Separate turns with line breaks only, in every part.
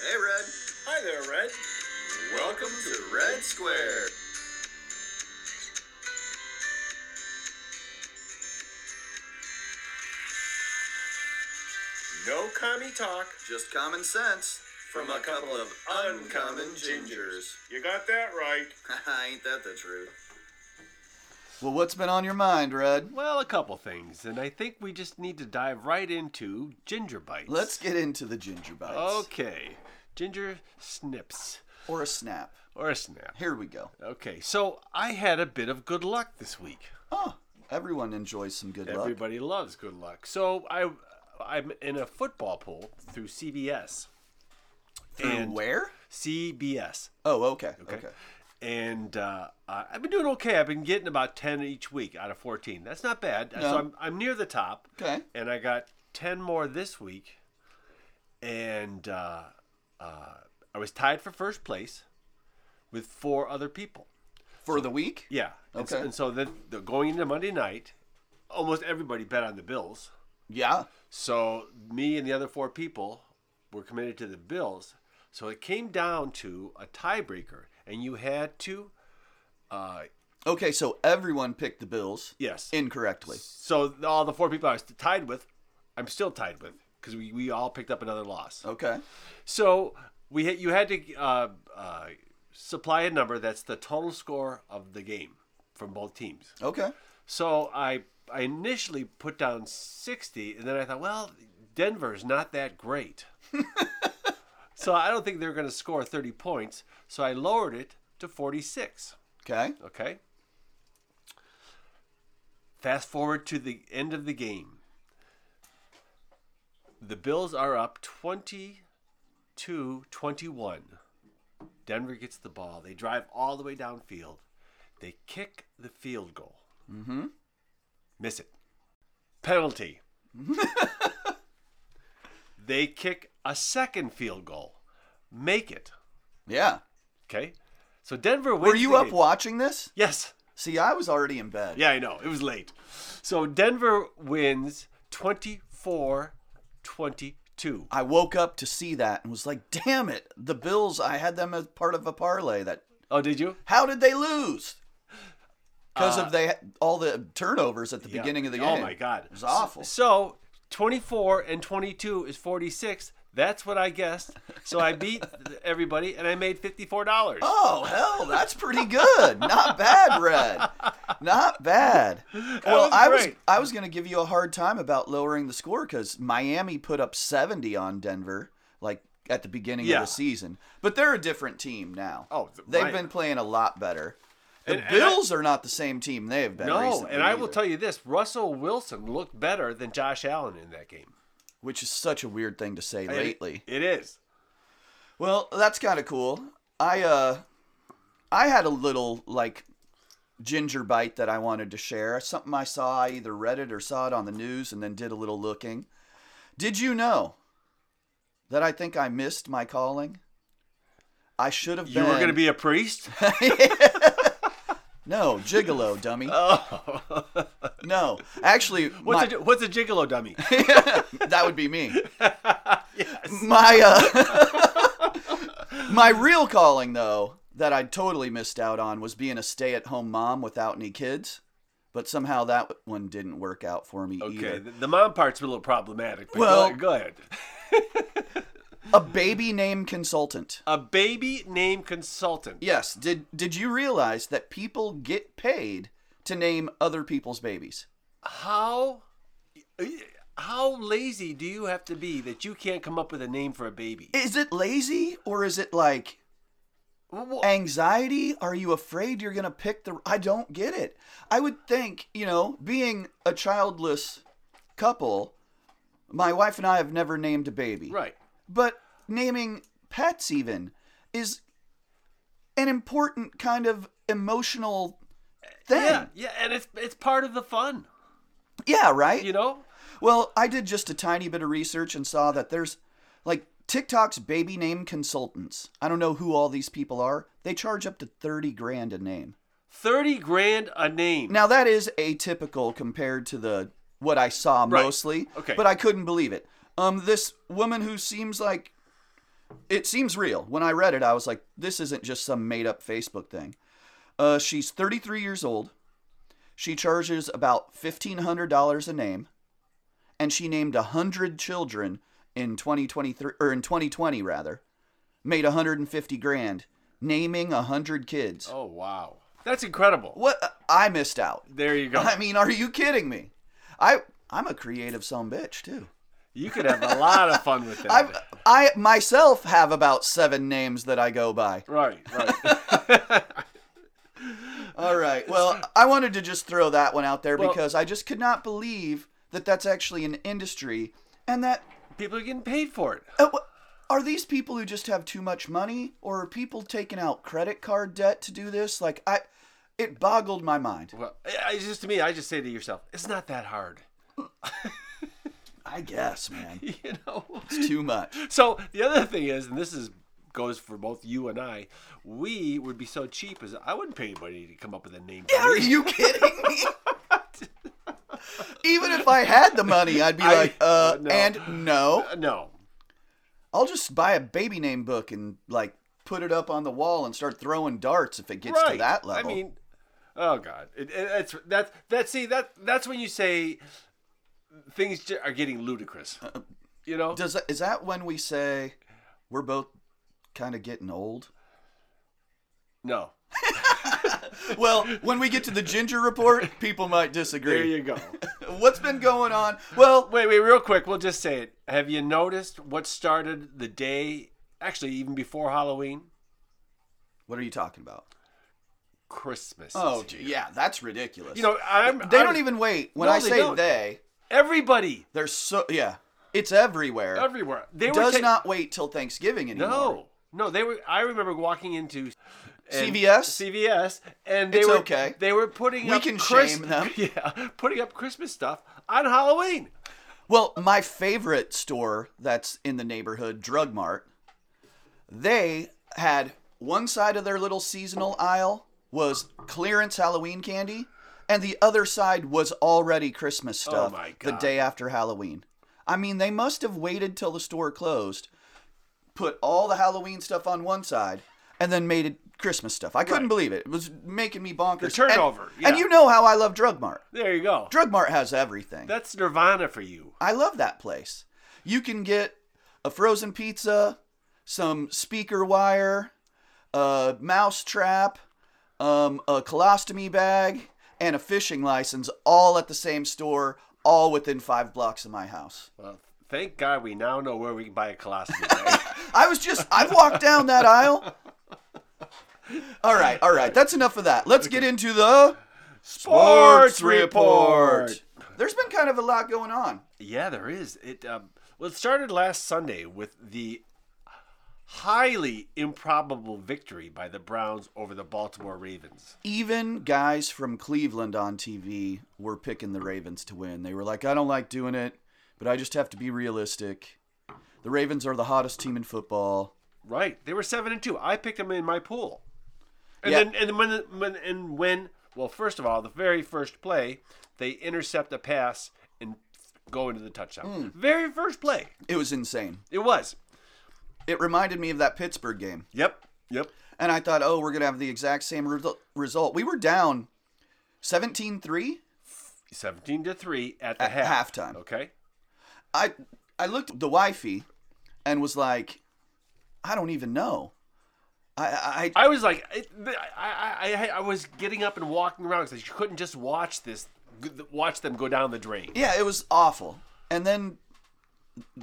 Hey, Red.
Hi there, Red.
Welcome to Red Square.
No commie talk.
Just common sense from a couple of uncommon gingers.
You got that right.
Ain't that the truth? Well, what's been on your mind, Red?
Well, a couple things, and I think we just need to dive right into ginger bites.
Let's get into the ginger bites.
Okay, ginger snips
Or a snap.
or a snap.
Here we go.
Okay, so I had a bit of good luck this week.
Oh, everyone enjoys some good luck.
Everybody loves good luck. So I, I'm in a football pool through CBS.
Through where?
CBS.
Oh, okay. Okay.
Okay. And uh, uh, I've been doing okay. I've been getting about 10 each week out of 14. That's not bad. So I'm, I'm near the top.
Okay.
And I got 10 more this week. And uh, uh, I was tied for first place with four other people.
For the week?
Yeah. And so,
Okay.
and so then the, going into Monday night, almost everybody bet on the Bills.
Yeah.
So me and the other four people were committed to the Bills. So it came down to a tiebreaker, and you had to, uh,
Okay, so everyone picked the Bills
yes.
incorrectly.
so th- all the four people I was tied with, I'm still tied with because we, we all picked up another loss.
Okay.
So we had, you had to uh, uh, supply a number that's the total score of the game from both teams.
Okay.
So I I initially put down 60, and then I thought, well, Denver's not that great. so I don't think they're going to score 30 points. So I lowered it to 46.
Okay.
Okay. Fast forward to the end of the game. The Bills are up 22 21. Denver gets the ball. They drive all the way downfield. They kick the field goal. Mm-hmm. Miss it. Penalty. they kick a second field goal. Make it.
Yeah.
Okay. So Denver wins.
Were you
the
up
game.
watching this?
Yes.
See, I was already in bed.
Yeah, I know. It was late. So Denver wins 24 22.
I woke up to see that and was like, damn it. The Bills, I had them as part of a parlay that
Oh, did you?
how did they lose? Because of they all the turnovers at the beginning of the game.
Uh, Oh, my God.
It was awful.
So 24 and 22 is 46. That's what I guessed. So I beat everybody and I made $54.
Oh hell, that's pretty good. Not bad, Red. Not bad. Well,
was
I was
great.
I was gonna give you a hard time about lowering the score because Miami put up seventy on Denver, like at the beginning
Yeah.
of the season. But they're a different team now.
Oh, th-
they've
right.
been playing a lot better. The
And- and I-
Bills are not the same team they have been.
no,
recently
and I will
either,
tell you this Russell Wilson looked better than Josh Allen in that game.
which is such a weird thing to say lately.
It is.
Well, that's kind of cool. I uh, I had a little like ginger bite that I wanted to share. Something I saw, I either read it or saw it on the news, and then did a little looking. Did you know that I think I missed my calling? I should have
You
been.
were going to be a priest?
no gigolo, dummy. Oh. no, actually,
What's,
my-
a, what's a gigolo dummy?
that would be me. My uh, my real calling though that I totally missed out on was being a stay-at-home mom without any kids, but somehow that one didn't work out for me
Okay,
either.
the, the mom part's a little problematic, but
Well-
go, go ahead.
A baby name consultant.
A baby name consultant.
Yes, did did you realize that people get paid to name other people's babies?
How how lazy do you have to be that you can't come up with a name for a baby?
Is it lazy or is it like
Wh-
anxiety are you afraid you're gonna pick the i don't get it i would think you know being a childless couple my wife and i have never named a baby
Right.
but naming pets even is an important kind of emotional thing
Yeah, yeah, and it's it's part of the fun,
Yeah, right
you know?
well i did just a tiny bit of research and saw that there's like tiktok's baby name consultants i don't know who all these people are they charge up to 30 grand a name
30 grand a name.
Now that is atypical compared to the what I saw mostly.
Okay.
But I couldn't believe it. Um, this woman who seems like it seems real. When I read it, I was like, this isn't just some made up Facebook thing. Uh, she's 33 years old. She charges about $1,500 a name. And she named 100 children in 2023, or in 2020 rather, made 150 grand naming 100 kids.
Oh wow, that's incredible.
What? I missed out.
There you go.
I mean, are you kidding me? I, I'm a creative some bitch too.
You could have a lot of fun with that.
I, I myself have about seven names that I go by.
right, right.
All right. Well, I wanted to just throw that one out there
Well-
because I just could not believe that that's actually an industry and that
People are getting paid for it.
uh, wha- are these people who just have too much money or are people taking out credit card debt to do this? Like I it boggled my mind.
Well, I- I just to me, I just say to yourself, it's not that hard.
I guess, man.
You know.
Too much.
So the other thing is, and this is goes for both you and I, we would be so cheap as I wouldn't pay anybody to come up with a name. for
Are
me.
you kidding me? Even if I had the money, I'd be
I-
like, uh,
no.
and no.
Uh, No.
I'll just buy a baby name book and like put it up on the wall and start throwing darts if it gets
right.
to that level.
I mean, oh god, it, it, that's that's that's see that that's when you say things ju- are getting ludicrous.
Uh,
You know,
Does that, is that when we say we're both kind of getting old?
no.
Well, when we get to the ginger report, people might
There
disagree.
you go.
What's been going on? Well,
wait, wait, real quick. We'll just say it. Have you noticed what started the day? Actually, even before Halloween,
what are you talking about?
Christmas. is
Oh,
here.
gee, yeah, that's ridiculous.
you know, I'm.
they
I'm-
don't even wait. When
No,
I
they
say
don't.
they,
Everybody,
they're so yeah, it's everywhere.
everywhere. They were
Does
ta-
not wait till Thanksgiving anymore.
No, no. They were. I remember walking into and-
CVS?
CVS, and they
It's
were
okay.
They were putting.
We
up
can
Chris-
shame them.
Yeah, putting up Christmas stuff on Halloween.
Well, my favorite store that's in the neighborhood, Drug Mart, they had one side of their little seasonal aisle was clearance Halloween candy, and the other side was already Christmas stuff
Oh my
the
God.
day after Halloween. I mean, they must have waited till the store closed, put all the Halloween stuff on one side, and then made it Christmas stuff. I couldn't believe it. It was making me bonkers. The
turnover,
And,
yeah.
and you know how I love Drug Mart.
There you go.
Drug Mart has everything.
That's Nirvana for you.
I love that place. You can get a frozen pizza, some speaker wire, a mouse trap, um, a colostomy bag, and a fishing license all at the same store, all within five blocks of my house.
Well, thank God we now know where we can buy a colostomy bag.
I was just, I walked down that aisle. All right, all right. That's enough of that. Let's get into the
Sports
There's been kind of a lot going on.
Yeah, there is. It um, well, it started last Sunday with the highly improbable victory by the Browns over the Baltimore Ravens.
even guys from Cleveland on TV were picking the Ravens to win. They were like, I don't like doing it, but I just have to be realistic. The Ravens are the hottest team in football.
Right. They were seven and two. I picked them in my pool. And
Yeah.
then and then when, when and when well, first of all, the very first play, they intercept a pass and go into the touchdown.
Hmm.
Very first play.
It was insane.
It was.
It reminded me of that Pittsburgh game.
Yep. Yep.
And I thought, oh, we're going to have the exact same result- result. We were down 17 3
Seventeen to three at the
at
half.
halftime.
Okay.
I I looked at the wifey and was like, I don't even know. I, I,
I was like, I, I, I, I was getting up and walking around because you couldn't just watch this, watch them go down the drain.
Yeah, it was awful. And then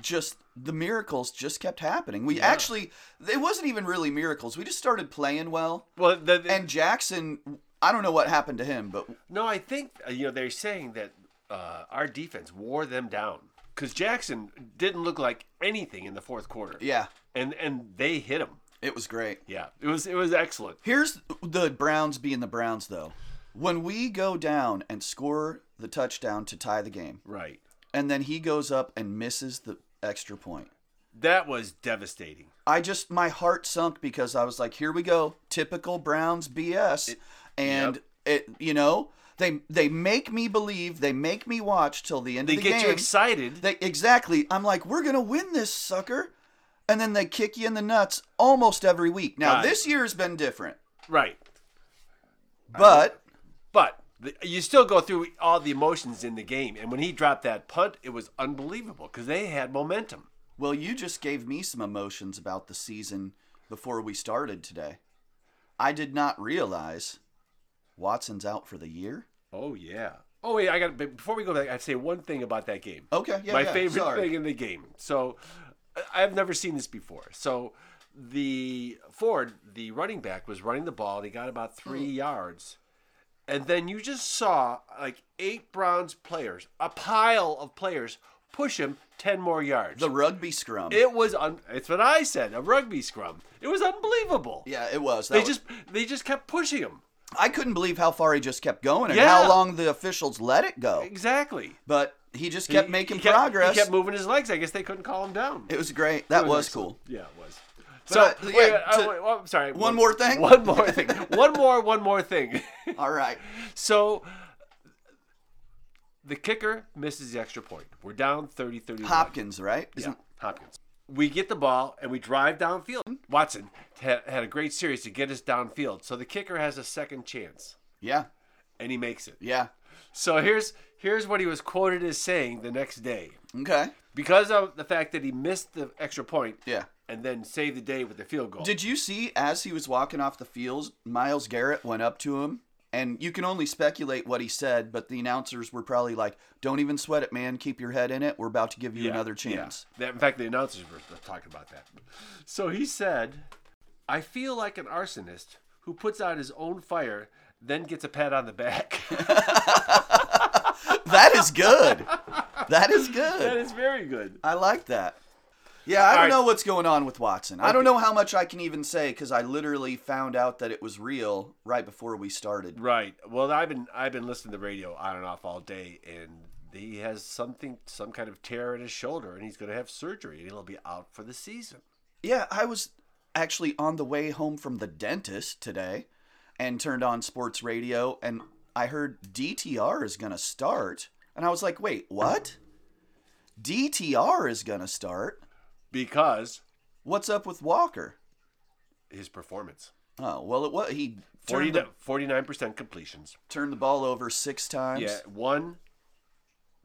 just the miracles just kept happening. We actually it wasn't even really miracles. We just started playing well.
Well, the, the-
And Jackson I don't know what happened to him, but
no, I think uh, you know they're saying that uh, our defense wore them down because Jackson didn't look like anything in the fourth quarter.
yeah,
and and they hit him.
it was great.
Yeah, it was it was excellent.
Here's the Browns being the Browns though. When we go down and score the touchdown to tie the game,
Right,
and then he goes up and misses the extra point.
that was devastating.
I just my heart sunk because I was like, here we go, typical Browns BS, and it you know they they make me believe, they make me watch till the end
They
of the
get
game.
you excited.
They, exactly. I'm like, we're gonna win this sucker, and then they kick you in the nuts almost every week. Now
Right.
this year's been different,
Right.
but
But the, you still go through all the emotions in the game. And when he dropped that punt, it was unbelievable because they had momentum.
well, you just gave me some emotions about the season before we started today. I did not realize Watson's out for the year.
Oh, yeah. Oh, wait, I got before we go back, I'd say one thing about that game.
Okay, yeah,
my
yeah,
favorite
sorry.
thing in the game. So I- I've never seen this before. So the Ford, the running back, was running the ball and he got about three
Hmm.
yards. And then you just saw like eight Browns players, a pile of players, push him 10 more yards.
The rugby scrum.
it was, un- it's what I said, a rugby scrum. It was unbelievable.
yeah, it was. That
They
was-
just they just kept pushing him.
I couldn't believe how far he just kept going and
Yeah.
how long the officials let it go.
Exactly.
But he just kept
He-
making
he kept-
progress.
He kept moving his legs. I guess they couldn't calm him down.
it was great. That was,
excellent.
cool.
Yeah, it was. So
But I-
wait,
yeah,
I-
to-
wait, well, I'm sorry.
One more thing?
One more thing. one more. One more thing.
All right.
so the kicker misses the extra point. We're down 30 31.
Hopkins, right?
Yeah,
Isn't
Hopkins. We get the ball and we drive downfield. Watson had, had a great series to get us downfield. So the kicker has a second chance
yeah.
and he makes it.
Yeah.
So here's here's what he was quoted as saying the next day.
Okay.
Because of the fact that he missed the extra point
Yeah.
and then saved the day with the field goal.
Did you see as he was walking off the field, Miles Garrett went up to him? And you can only speculate what he said, but the announcers were probably like, Don't even sweat it, man. Keep your head in it. We're about to give you
Yeah,
another
yeah.
chance.
That- in fact, the announcers were talking about that. So he said, I feel like an arsonist who puts out his own fire, then gets a pat on the back.
That is good. that is good.
that is very good.
I like that. Yeah, I
All
don't
right.
know what's going on with Watson. I don't know how much I can even say because I literally found out that it was real right before we started.
Right. Well, I've been I've been listening to the radio on and off all day, and he has something, some kind of tear in his shoulder, and he's going to have surgery, and he'll be out for the season.
Yeah, I was actually on the way home from the dentist today and turned on sports radio and I heard DTR is going to start. And I was like, wait, what? DTR is going to start?
Because
What's up with Walker?
his performance.
Oh, well, it what he turned the,
49 percent completions.
turned the ball over six times.
Yeah, one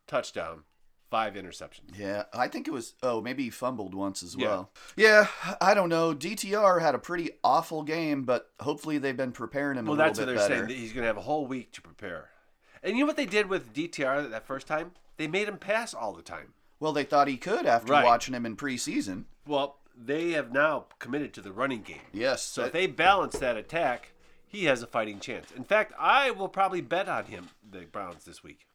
touchdown, five interceptions.
Yeah, I think it was. Oh, maybe he fumbled once as
Yeah.
well. Yeah, I don't know. DTR had a pretty awful game, but hopefully they've been preparing him
Well,
a little
that's what
bit
they're saying.
better.
That he's going to have a whole week to prepare. And you know what they did with DTR that first time? They made him pass all the time.
well, they thought he could after
Right.
watching him in preseason.
Well, they have now committed to the running game.
Yes.
So
that-
if they balance that attack, he has a fighting chance. In fact, I will probably bet on him, the Browns, this week.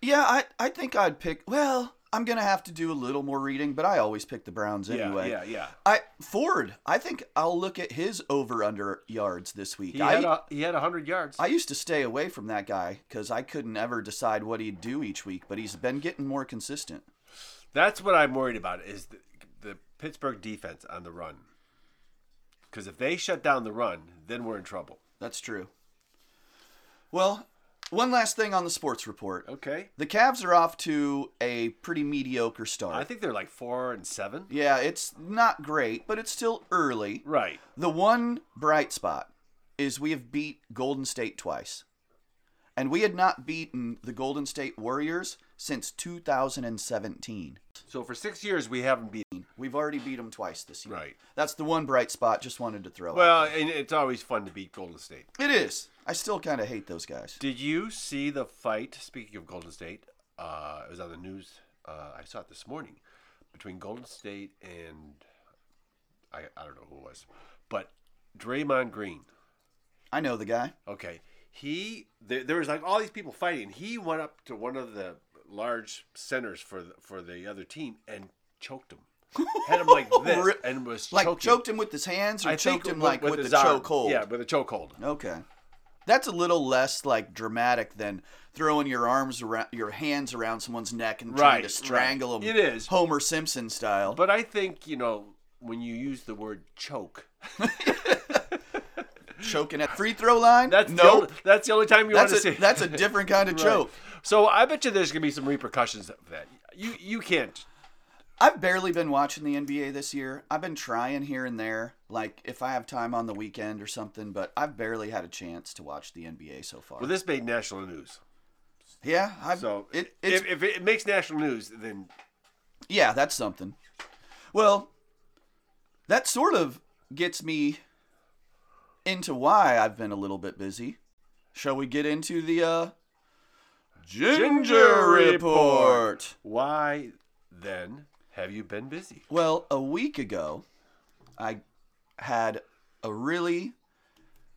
yeah, I I think I'd pick. Well, I'm gonna have to do a little more reading, but I always pick the Browns
Yeah,
anyway.
yeah, yeah.
I Ford. I think I'll look at his over under yards this week.
He
I
had a, he had 100 yards.
I used to stay away from that guy because I couldn't ever decide what he'd do each week, but he's been getting more consistent.
That's what I'm worried about is the, the Pittsburgh defense on the run. Because if they shut down the run, then we're in trouble.
That's true. Well, one last thing on the sports report.
Okay.
The Cavs are off to a pretty mediocre start.
I think they're like four and seven.
yeah, it's not great, but it's still early.
Right.
The one bright spot is we have beat Golden State twice. And we had not beaten the Golden State Warriors since 2017.
So for six years we haven't beaten.
We've already beat them twice this year.
Right.
That's the one bright spot. Just wanted to throw out.
Well, and it's always fun to beat Golden State.
It is. I still kind of hate those guys.
Did you see the fight? Speaking of Golden State, uh, it was on the news. Uh, I saw it this morning between Golden State and I, I don't know who it was, but Draymond Green.
I know the guy.
Okay, he there, there was like all these people fighting. He went up to one of the large centers for the, for the other team and choked him. Had him like this
Re-
and was
Like
choking.
choked him with his hands or
I
choked
think
him like with,
his
the
arm.
chokehold?
Yeah, with a chokehold.
Okay. That's a little less like dramatic than throwing your arms around your hands around someone's neck and
Right,
trying
right.
to strangle them.
It is.
Homer Simpson style.
But I think you know when you use the word choke,
choking at free throw line?
that's the
nope.
only, that's the only time you
that's
want to
a
see.
that's a different kind of choke.
So I bet you there's gonna be some repercussions of that. You you can't
I've barely been watching the NBA this year. I've been trying here and there, like if I have time on the weekend or something, but I've barely had a chance to watch the NBA so far.
Well, this made national news.
yeah, I
So
it, it's
if, if it makes national news, then
Yeah, that's something. Well, that sort of gets me into why I've been a little bit busy. Shall we get into the uh Ginger,
Report. why then have you been busy?
Well, a week ago, I had a really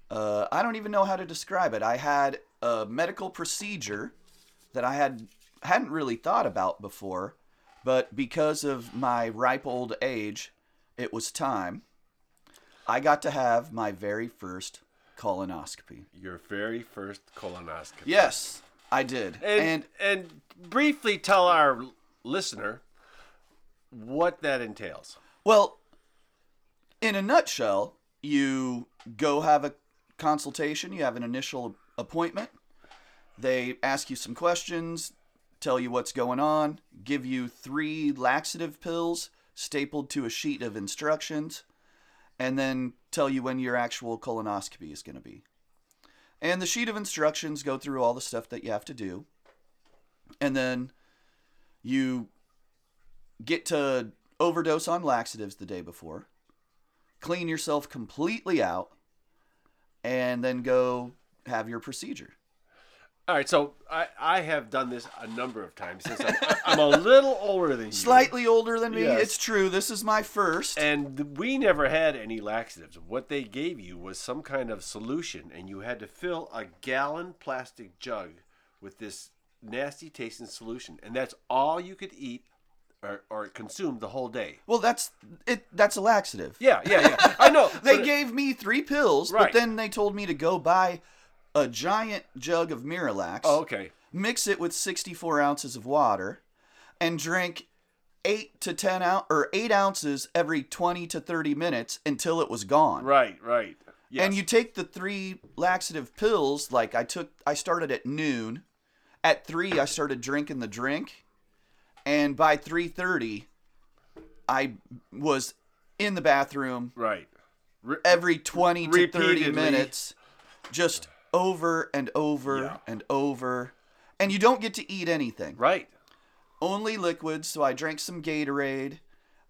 uh I don't even know how to describe it. I had a medical procedure that I had hadn't really thought about before, but because of my ripe old age, it was time. I got to have my very first colonoscopy.
Your very first colonoscopy.
Yes, I did.
And, and briefly tell our listener what that entails.
Well, in a nutshell, you go have a consultation, you have an initial appointment. They ask you some questions, tell you what's going on, give you three laxative pills stapled to a sheet of instructions, and then tell you when your actual colonoscopy is going to be. And the sheet of instructions go through all the stuff that you have to do. And then you get to overdose on laxatives the day before, clean yourself completely out, and then go have your procedure.
All right, so I, I have done this a number of times since I'm, I'm a little older than you.
Slightly older than me,
Yes.
it's true. This is my first.
And we never had any laxatives. What they gave you was some kind of solution, and you had to fill a gallon plastic jug with this nasty tasting solution, and that's all you could eat or, or consume the whole day.
well, that's it. That's a laxative.
Yeah, yeah, yeah. I know.
They
but-
gave me three pills, but
Right.
then they told me to go buy a giant jug of Miralax,
Oh, okay.
mix it with 64 ounces of water, and drink eight to 10 ounce or eight ounces every 20 to 30 minutes until it was gone.
Right, right. Yes.
And you take the three laxative pills. Like I took, I started at noon. At three, I started drinking the drink, and by three thirty, I was in the bathroom
right. Re-
every twenty to thirty
Repeatedly.
minutes, just over and over
Yeah.
and over. And you don't get to eat anything
right.
only liquids, so I drank some Gatorade.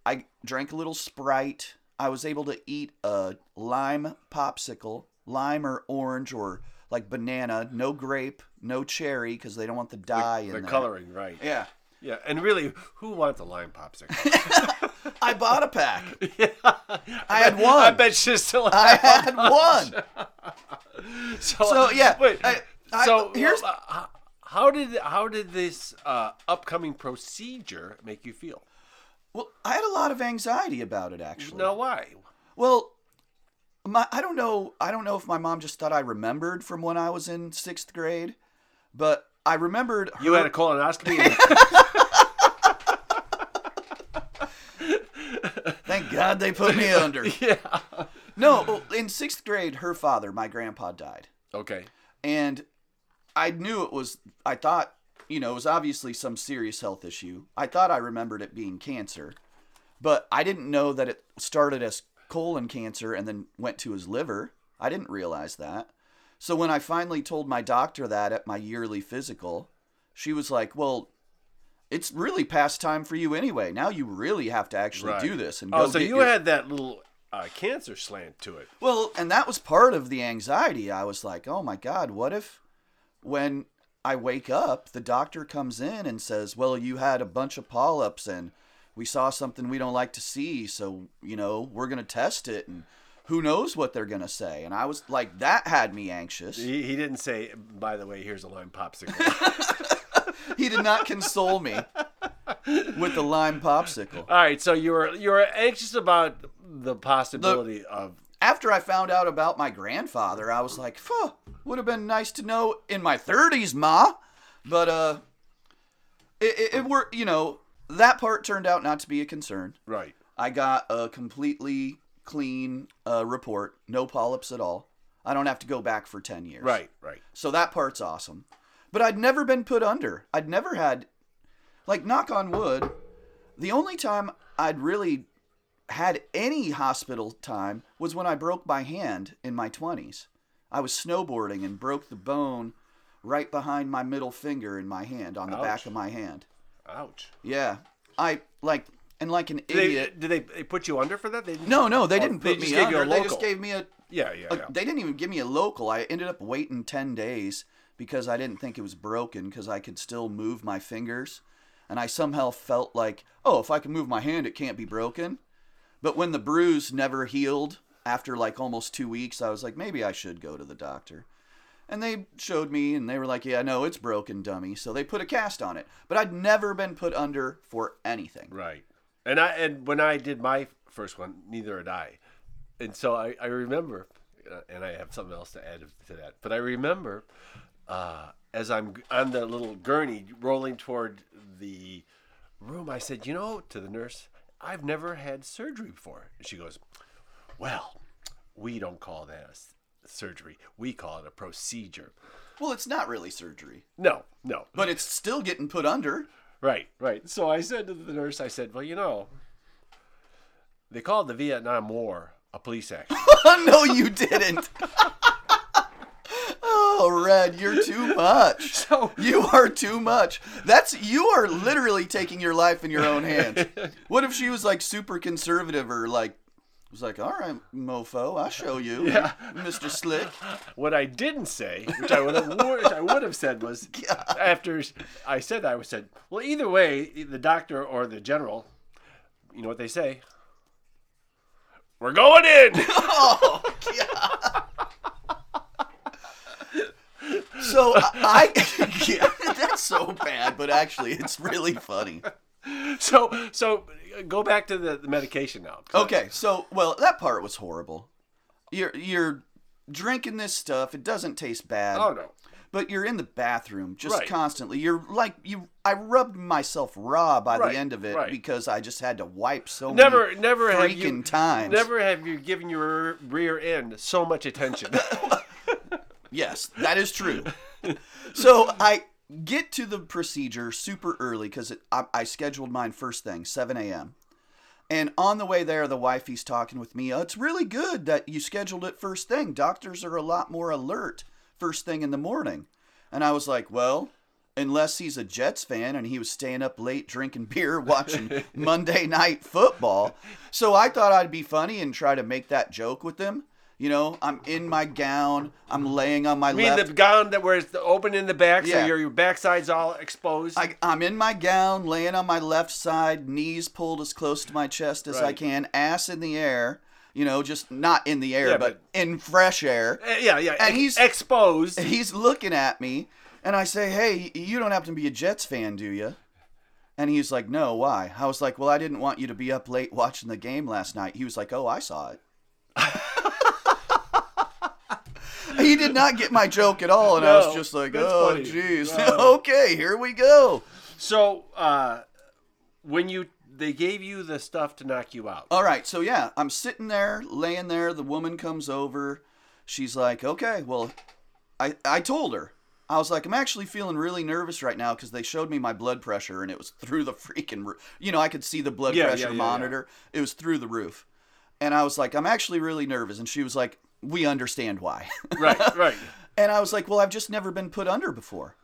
I drank a little Sprite. I was able to eat a lime popsicle, lime or orange or like banana, no grape, no cherry because they don't want the dye in
The
there.
coloring, right.
Yeah.
Yeah, and really, who wants a lime popsicle?
I bought a pack. I
I
had one.
I
I,
bet she's still.
had one.
So,
So, yeah,
wait.
I- I-
so
here's-
here's how did how did this uh, upcoming procedure make you feel?
Well, I had a lot of anxiety about it actually.
Now why?
Well, my I don't know I don't know if my mom just thought I remembered from when I was in sixth grade, but I remembered her
You had a colonoscopy.
Thank God they put me under. yeah. No, well, in sixth grade, her father, my grandpa, died.
okay.
And I knew it was, I thought, you know, it was obviously some serious health issue. I thought I remembered it being cancer, but I didn't know that it started as colon cancer and then went to his liver. I didn't realize that. So when I finally told my doctor that at my yearly physical, she was like, well, it's really past time for you anyway. Now you really have to actually
Right.
do this and go
Oh, so
get
you
your-
had that little uh, cancer slant to it.
well, and that was part of the anxiety. I was like, oh my God, what if when I wake up, the doctor comes in and says, well, you had a bunch of polyps and we saw something we don't like to see. So, you know, we're going to test it and who knows what they're going to say. And I was like, that had me anxious.
He, he didn't say. By the way, here's a lime popsicle.
He did not console me with the lime popsicle.
All right. So you were you were anxious about the possibility of
After I found out about my grandfather, I was like, phew, would have been nice to know in my 30s, ma. But, uh, it, it, it were, you know, that part turned out not to be a concern.
right.
I got a completely clean uh, report, no polyps at all. I don't have to go back for 10 years.
Right. Right.
So that part's awesome. But I'd never been put under. I'd never had, like, knock on wood, The only time I'd really had any hospital time was when I broke my hand in my 20s. I was snowboarding and broke the bone right behind my middle finger in my hand on the back
Ouch.
of my hand.
Ouch.
Yeah. I like and like an
Did they,
idiot.
did they, they put you under for that? They didn't,
no, no, they
Oh,
didn't
they
put
just
me
gave you a
under. They just
local.
gave me a
Yeah, yeah,
a-
yeah.
they didn't even give me a local. I ended up waiting 10 days because I didn't think it was broken because I could still move my fingers. And I somehow felt like, oh, if I can move my hand, it can't be broken. But when the bruise never healed after like almost two weeks, I was like, maybe I should go to the doctor. And they showed me and they were like, yeah, no, it's broken, dummy. So they put a cast on it. But I'd never been put under for anything.
Right. And I and when I did my first one, neither had I. And so I, I remember, uh, and I have something else to add to that, but I remember uh, as I'm g- on the little gurney rolling toward the room, I said, You know, to the nurse, I've never had surgery before. And she goes, Well, we don't call that a s- surgery, we call it a procedure.
Well, it's not really surgery,
No, no.
but it's still getting put under.
Right, right. So I said to the nurse, I said, well, you know, they called the Vietnam War a police action.
no, you didn't. oh, Red, you're too much.
So-
you are too much. That's you are literally taking your life in your own hands. what if she was like super conservative or like was like, all right, mofo, I'll show you,
Yeah.
Mr. Slick.
what I didn't say, which I would have, which I would have said was, after I said that, I said, well, either way, the doctor or the general, you know what they say? We're going in.
So I, I yeah, that's so bad, but actually, it's really funny.
so, so go back to the, the medication now. 'cause
Okay, so well, that part was horrible. You're you're drinking this stuff. It doesn't taste bad.
I, oh no.
but you're in the bathroom just
Right.
constantly. You're like you. I rubbed myself raw by
Right,
the end of it
right.
because I just had to wipe so
Never,
many
never
freaking
have you
times.
Never have you given your rear end so much attention.
Yes, that is true. so I get to the procedure super early because I, I scheduled mine first thing, 7 a.m. And on the way there, the wifey's talking with me. "Oh, It's really good that you scheduled it first thing. Doctors are a lot more alert first thing in the morning. And I was like, well, unless he's a Jets fan and he was staying up late drinking beer watching Monday night football. So I thought I'd be funny and try to make that joke with him. You know, I'm in my gown, I'm laying on my
You mean
left.
the gown that where it's open in the back, so
Yeah.
your, your backside's all exposed.
I, I'm in my gown, laying on my left side, knees pulled as close to my chest as I
Right.
can, ass in the air, you know, just not in the air,
Yeah,
but, in fresh air.
Eh, yeah, yeah.
And
ex-
he's-
exposed.
He's looking at me, and I say, Hey, you don't happen to be a Jets fan, do you? And he's like, No, why? I was like, Well, I didn't want you to be up late watching the game last night. He was like, Oh, I saw it. he did not get my joke at all, and I was
No,
just like,
that's
Oh,
funny.
jeez.
Wow.
okay, here we go.
So uh, when you they gave you the stuff to knock you out,
All right, so yeah, I'm sitting there, laying there. The woman comes over. She's like, "Okay, well, I I told her. I was like, I'm actually feeling really nervous right now because they showed me my blood pressure and it was through the freaking, roo- you know, I could see the blood
Yeah, yeah,
pressure
yeah, yeah.
monitor. It was through the roof, and I was like, I'm actually really nervous. And she was like, We understand why.
right, right.
And I was like, well, I've just never been put under before.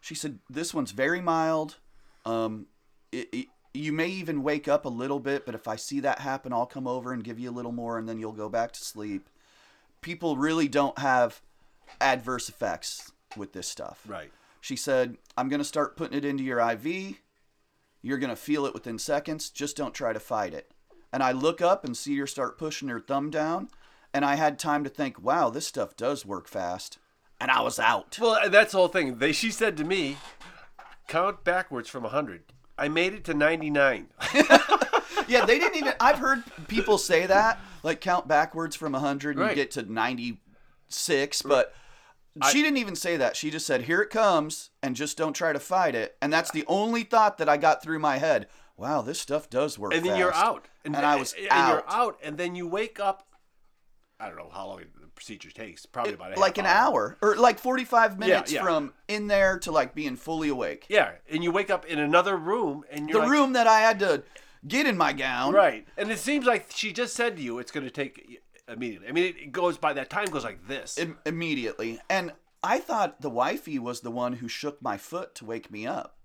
She said, this one's very mild. Um, it, it- you may even wake up a little bit, but if I see that happen, I'll come over and give you a little more, and then you'll go back to sleep. People really don't have adverse effects with this stuff.
Right.
She said, I'm going to start putting it into your IV. You're going to feel it within seconds. Just don't try to fight it. And I look up and see her start pushing her thumb down. And I had time to think, wow, this stuff does work fast. And I was out.
Well, uh, that's the whole thing. They she said to me, count backwards from hundred. I made it to ninety nine.
yeah, they didn't even. I've heard people say that, like count backwards from 100 and you
Right.
get to 96, but. She didn't even say that. She just said, "Here it comes," and just don't try to fight it. And that's the only thought that I got through my head. Wow, this stuff does work.
and then you're
fast.
out.
And I was
and
out.
you're out, and then you wake up. I don't know how long the procedure takes. Probably about a
like
half
an hour or like 45 minutes
yeah.
from in there to like being fully awake.
Yeah, and you wake up in another room, and you're
the
like,
room that I had to get in my gown.
right? And it seems like she just said to you, it's going to take immediately. I mean, it- it goes by that time goes like this.
im- immediately. And I thought the wifey was the one who shook my foot to wake me up.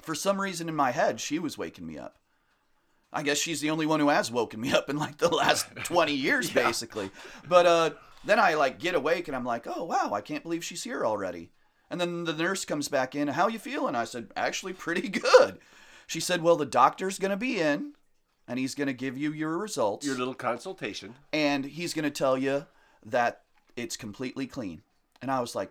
For some reason in my head, she was waking me up. I guess she's the only one who has woken me up in like the last 20 years, basically. But uh, then I like get awake and I'm like, oh, wow, I can't believe she's here already. And then the nurse comes back in. How you feeling? I said, actually, pretty good. She said, well, the doctor's going to be in and he's going to give you your results
Your little consultation.
and he's going to tell you that it's completely clean. And I was like,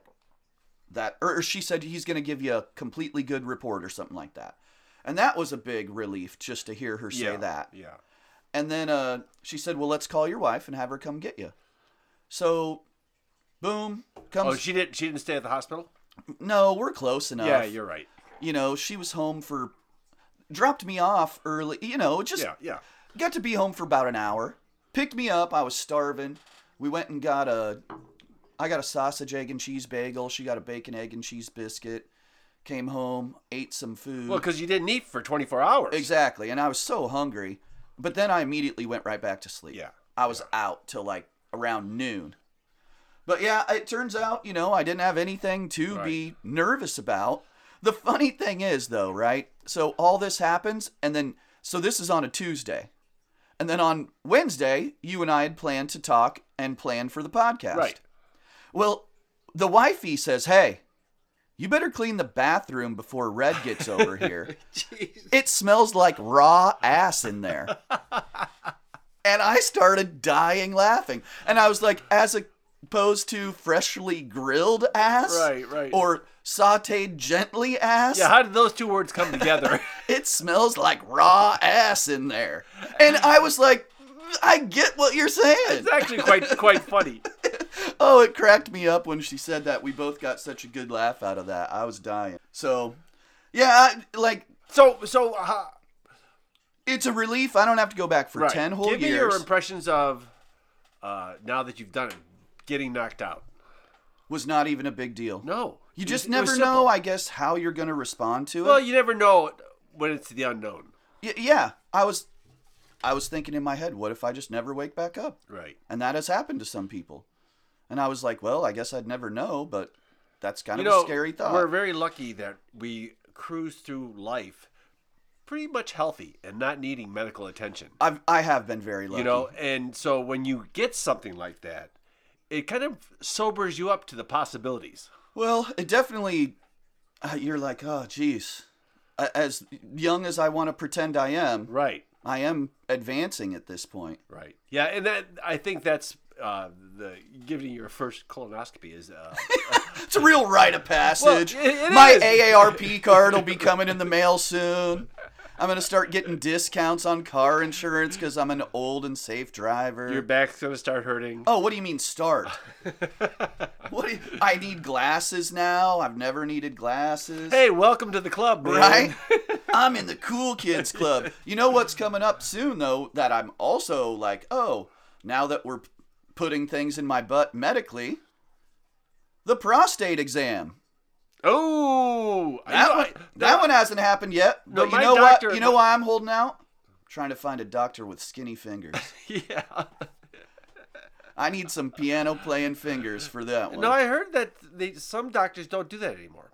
that, or or she said he's going to give you a completely good report or something like that. And that was a big relief just to hear her say
yeah,
that.
Yeah.
And then uh, she said, well, let's call your wife and have her come get you. So, boom, comes.
Oh, she didn't. She didn't stay at the hospital.
Um, no, we're close enough.
Yeah, you're right.
You know, she was home for, dropped me off early. You know, just
Yeah, yeah.
Got to be home for about an hour. Picked me up. I was starving. We went and got a. I got a sausage, egg, and cheese bagel. She got a bacon, egg, and cheese biscuit. Came home, ate some food.
Well, because you didn't eat for 24 hours.
exactly. And I was so hungry. But then I immediately went right back to sleep.
Yeah.
I was out till like around noon. But yeah, it turns out, you know, I didn't have anything to be nervous about. The funny thing is, though, right? So all this happens, and then, so this is on a Tuesday. And then on Wednesday, you and I had planned to talk and plan for the podcast.
Right.
Well, the wifey says, hey, you better clean the bathroom before Red gets over here. It smells like raw ass in there. and I started dying laughing. And I was like, as opposed to freshly grilled ass,
Right, right.
or sautéed gently ass,
Yeah. How did those two words come together?
it smells like raw ass in there. And I was like, I get what you're saying.
it's actually quite quite funny.
Oh, it cracked me up when she said that. We both got such a good laugh out of that. I was dying. So, yeah, I, like
So so uh,
it's a relief. I don't have to go back for
right.
ten whole
Give me
years.
your impressions of uh, now that you've done it, getting knocked out.
was not even a big deal.
No,
You
It
just
was- it was
never
simple.
know, I guess, how you're going to respond to it.
Well, you never know when it's the unknown.
Y- yeah, I was, I was thinking in my head, what if I just never wake back up?
Right.
And that has happened to some people. And I was like, well, I guess I'd never know, but that's kind
You
of
know,
a scary thought.
we're very lucky that we cruise through life pretty much healthy and not needing medical attention.
I've, I have been very lucky.
You know, and so when you get something like that, it kind of sobers you up to the possibilities.
Well, it definitely. Uh, you're like, oh, geez. A- As young as I want to pretend I am,
Right.
I am advancing at this point.
Right. Yeah, and that I think that's uh, the giving your first colonoscopy is uh,
It's a real rite of passage.
Well, it- it
My
is.
AARP card will be coming in the mail soon. I'm gonna start getting discounts on car insurance because I'm an old and safe driver.
your back's gonna start hurting.
Oh, what do you mean start? what do you, I need glasses now. I've never needed glasses.
Hey, welcome to the club, man.
right? I'm in the cool kids club. You know what's coming up soon though that I'm also like, oh, now that we're p- putting things in my butt medically, the prostate exam.
Oh, you
That
know,
one,
I-
that one hasn't happened yet.
No,
but you
my
know
doctor-
what? You know why I'm holding out? Trying to find a doctor with skinny fingers.
yeah.
I need some piano playing fingers for that one.
No, I heard that they some doctors don't do that anymore.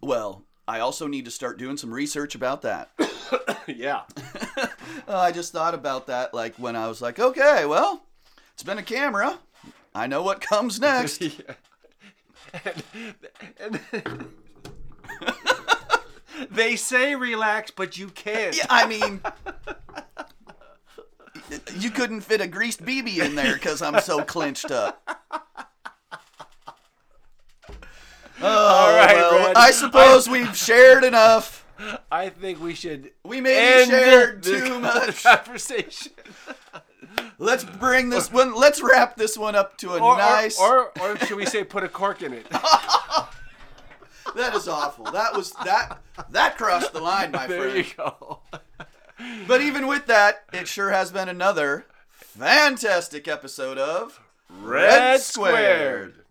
well, I also need to start doing some research about that.
yeah.
Uh, I just thought about that, like when I was like, okay, well, it's been a camera. I know what comes next.
And they say relax, but you can't.
Yeah, I mean, you couldn't fit a greased BB in there because I'm so clenched up. All
right,
Oh,
Brad.
I suppose we've shared enough.
I think we should
We maybe
end
shared
the
too much.
conversation.
Let's bring this one. Let's wrap this one up to a
Or, or-
nice.
or, or, should we say put a cork in it?
that is awful. That was that. That crossed the line, my
there
friend.
you go.
But even with that, it sure has been another
fantastic episode of
Red Squared.